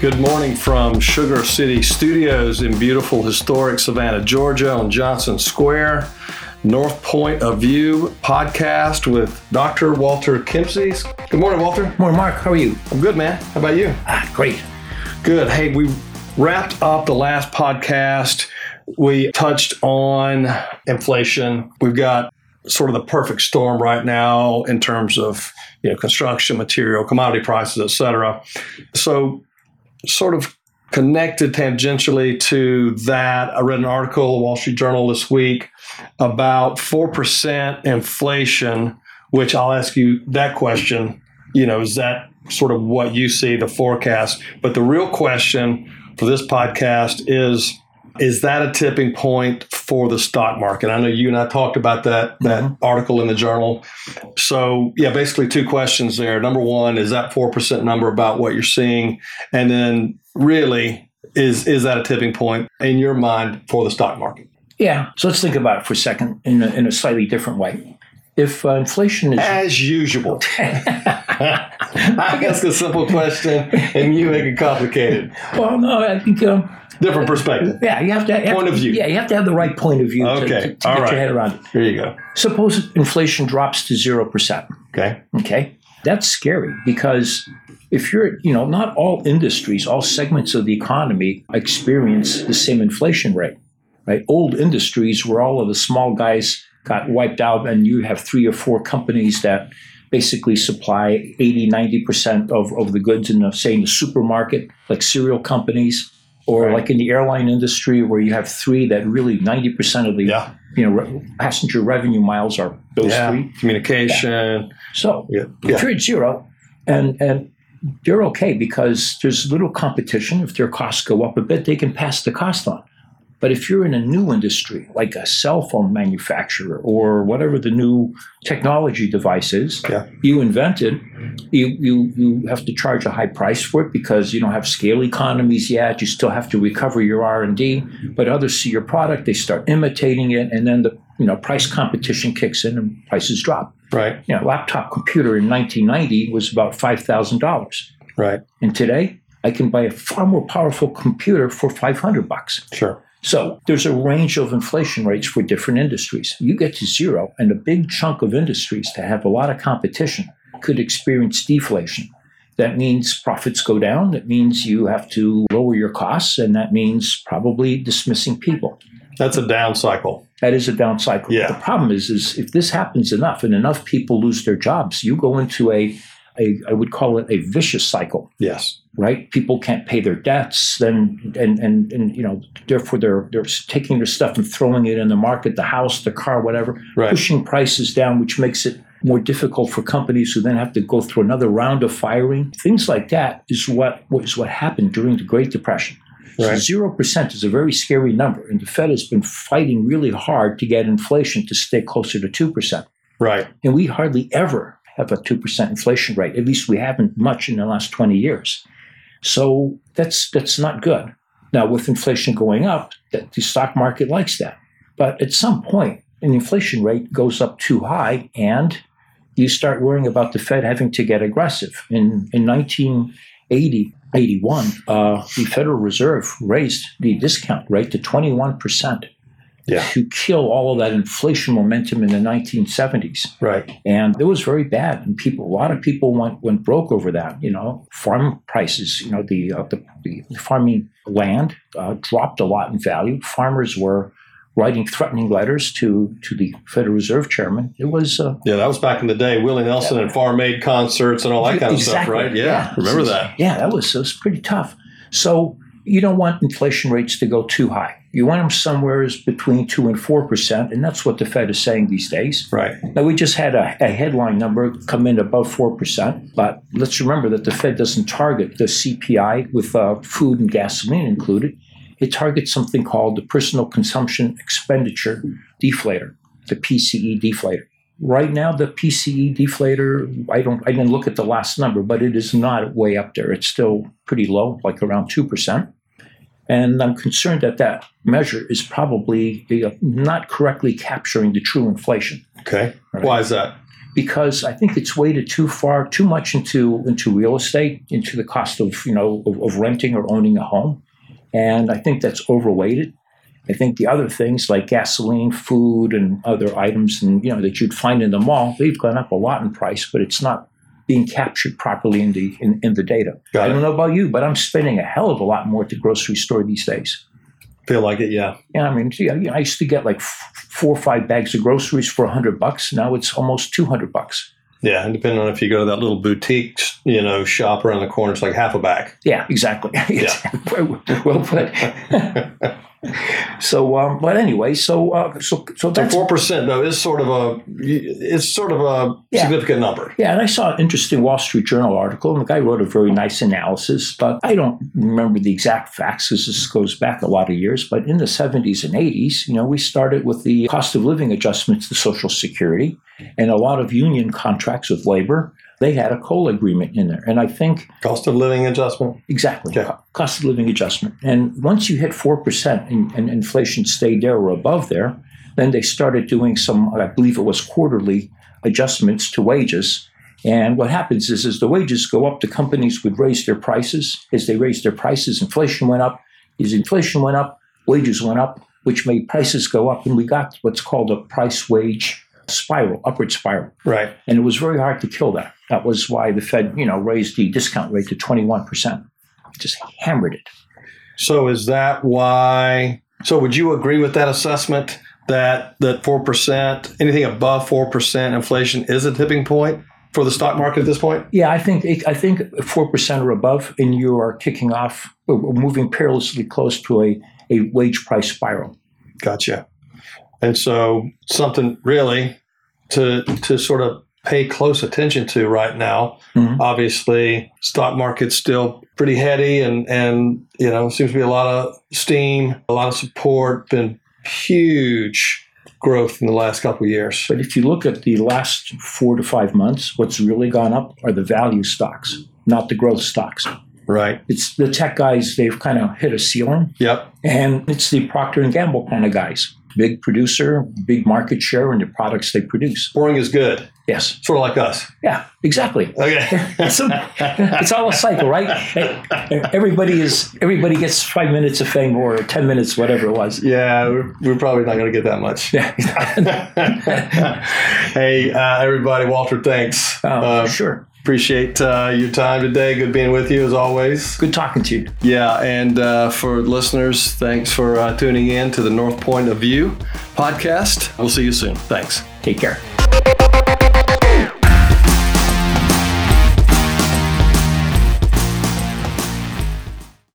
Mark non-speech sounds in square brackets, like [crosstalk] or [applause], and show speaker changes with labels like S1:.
S1: Good morning from Sugar City Studios in beautiful historic Savannah, Georgia, on Johnson Square. North Point of View podcast with Dr. Walter Kempsey. Good morning, Walter.
S2: Morning, Mark. How are you?
S1: I'm good, man. How about you?
S2: Ah, great.
S1: Good. Hey, we wrapped up the last podcast. We touched on inflation. We've got sort of the perfect storm right now in terms of you know construction material, commodity prices, et cetera. So, sort of connected tangentially to that, I read an article, Wall Street Journal this week, about 4% inflation, which I'll ask you that question. You know, is that sort of what you see the forecast? But the real question for this podcast is is that a tipping point for the stock market? I know you and I talked about that that
S2: Mhm.
S1: article in the journal. So, yeah, basically two questions there. Number 1, is that 4% number about what you're seeing? And then really is is that a tipping point in your mind for the stock market?
S2: Yeah. So let's think about it for a second in a, in a slightly different way. If uh, inflation is
S1: As usual. [laughs] Ah. I ask a simple question and you make it complicated.
S2: [laughs] well, no, I think um,
S1: Different perspective.
S2: yeah, you have to have,
S1: Point of view.
S2: Yeah, you have to have the right point of view to-
S1: Okay.
S2: to, to
S1: All
S2: get
S1: right.
S2: your head around it.
S1: Here you go.
S2: Suppose inflation drops to zero percent.
S1: Okay.
S2: Okay, that's scary because if you're, you know, not all industries, all segments of the economy experience the same inflation rate. Right, old industries where all of the small guys got wiped out, and you have three or four companies that basically supply 80, 90% of, of the goods in, the, say, in the supermarket, like cereal companies, or
S1: Right.
S2: like in the airline industry where you have three that really 90% of the
S1: Yeah.
S2: you know, re- passenger revenue miles are those three.
S1: Communication.
S2: So
S1: Yeah.
S2: if you're at zero, and and they're okay because there's little competition. If their costs go up a bit, they can pass the cost on. But if you're in a new industry, like a cell phone manufacturer or whatever the new technology device is
S1: Yeah.
S2: you invented, you, you you have to charge a high price for it because you don't have scale economies yet. You still have to recover your R and D. But others see your product, they start imitating it, and then the you know price competition kicks in and prices drop
S1: Right.
S2: you know, laptop computer in 1990 was about $5,000.
S1: Right.
S2: And today, I can buy a far more powerful computer for 500 bucks.
S1: Sure.
S2: So there's a range of inflation rates for different industries. You get to zero, and a big chunk of industries that have a lot of competition could experience deflation. That means profits go down. That means you have to lower your costs, and that means probably dismissing people.
S1: That's a down cycle.
S2: That is a down cycle.
S1: Yeah.
S2: The problem is, is if this happens enough and enough people lose their jobs, you go into a, a I would call it a vicious cycle,
S1: Yes.
S2: right? People can't pay their debts, then and and and you know, therefore they're they're taking their stuff and throwing it in the market, the house, the car, whatever,
S1: Right.
S2: pushing prices down, which makes it more difficult for companies who then have to go through another round of firing. Things like that is what is what happened during the Great Depression.
S1: Right.
S2: Zero percent is a very scary number, and the Fed has been fighting really hard to get inflation to stay closer to two percent.
S1: Right.
S2: And we hardly ever have a two percent inflation rate. At least we haven't much in the last twenty years. So that's that's not good. Now with inflation going up, that the stock market likes that. But at some point, an inflation rate goes up too high, and you start worrying about the Fed having to get aggressive. In in 1980, 81, uh, the Federal Reserve raised the discount rate to 21 percent
S1: Yeah.
S2: to kill all of that inflation momentum in the 1970s
S1: Right.
S2: and it was very bad. And people, a lot of people went went broke over that. You know, farm prices, you know, the uh, the, the farming land uh, dropped a lot in value. Farmers were writing threatening letters to to the Federal Reserve Chairman. It was uh,
S1: Yeah, that was back in the day. Willie Nelson and Farm Aid concerts and all that kind of stuff,
S2: Exactly,
S1: right? Yeah. Remember that.
S2: Yeah, that was that was pretty tough. So you don't want inflation rates to go too high. You want them somewhere is between two and four percent, and that's what the Fed is saying these days.
S1: Right.
S2: Now, we just had a, a headline number come in above 4%, but let's remember that the Fed doesn't target the CPI with uh, food and gasoline included. It targets something called the personal consumption expenditure deflator, the PCE deflator. Right now, the PCE deflator, I don't, I didn't look at the last number, but it is not way up there. It's still pretty low, like around 2%. And I'm concerned that that measure is probably uh, not correctly capturing the true inflation.
S1: Okay.
S2: Right.
S1: Why is that?
S2: because I think it's weighted too far, too much into into real estate, into the cost of you know of, of renting or owning a home, and I think that's overweighted. I think the other things like gasoline, food, and other items, and you know that you'd find in the mall, they've gone up a lot in price, but it's not being captured properly in the in, in the data.
S1: Got
S2: I
S1: it.
S2: don't know about you, but I'm spending a hell of a lot more at the grocery store these days.
S1: Feel like it, yeah.
S2: Yeah, I mean, gee, I, you know, I used to get like f- four or five bags of groceries for hundred bucks. Now it's almost two hundred bucks.
S1: Yeah, and depending on if you go to that little boutique, you know, shop around the corner, it's like half a bag.
S2: Yeah, [laughs] exactly. Yes. well well put. so, um, but anyway, so uh, so so
S1: So
S2: that's
S1: four percent though is sort of a it's sort of a
S2: Yeah.
S1: significant number.
S2: Yeah, and I saw an interesting Wall Street Journal article, and the guy wrote a very nice analysis, but I don't remember the exact facts because this goes back a lot of years. But in the 70s and 80s, you know, we started with the cost of living adjustments to Social Security, and a lot of union contracts with labor, they had a COLA agreement in there. And I think
S1: Cost of living adjustment.
S2: Exactly.
S1: Okay.
S2: Co- Cost of living adjustment. And once you hit 4% and, and inflation stayed there or above there, then they started doing some, I believe it was quarterly adjustments to wages. And what happens is, as the wages go up, the companies would raise their prices. As they raised their prices, inflation went up. As inflation went up, wages went up, which made prices go up. And we got what's called a price wage spiral, upward spiral.
S1: Right.
S2: And it was very hard to kill that. That was why the Fed, you know, raised the discount rate to 21%. Just hammered it.
S1: So is that why so would you agree with that assessment that that four percent, anything above four percent inflation is a tipping point for the stock market at this point?
S2: Yeah, I think it, I think 4% or above and you are kicking off or moving perilously close to a, a wage price spiral.
S1: Gotcha. And so something really to to sort of pay close attention to right now.
S2: Mhm.
S1: Obviously, stock market's still pretty heady and and you know, seems to be a lot of steam, a lot of support, been huge growth in the last couple of years.
S2: But if you look at the last 4 to 5 months, what's really gone up are the value stocks, not the growth stocks.
S1: Right.
S2: It's the tech guys, they've kind of hit a ceiling.
S1: Yep.
S2: and it's the procter and gamble kind of guys big producer big market share in the products they produce
S1: Boring is good.
S2: yes
S1: Sort of like us.
S2: yeah exactly
S1: Okay.
S2: it's, a- it's all a cycle right E, everybody is everybody gets five minutes of fame or ten minutes whatever it was
S1: [laughs] yeah, we're, we're probably not going to get that much.
S2: yeah
S1: [laughs] hey, uh, everybody, Walter, thanks.
S2: um,
S1: Uh,
S2: sure
S1: Appreciate uh, your time today. Good being with you as always.
S2: good talking to you
S1: Yeah, and uh, for listeners, thanks for uh, tuning in to the North Point of View podcast. We'll see you soon. Thanks.
S2: take care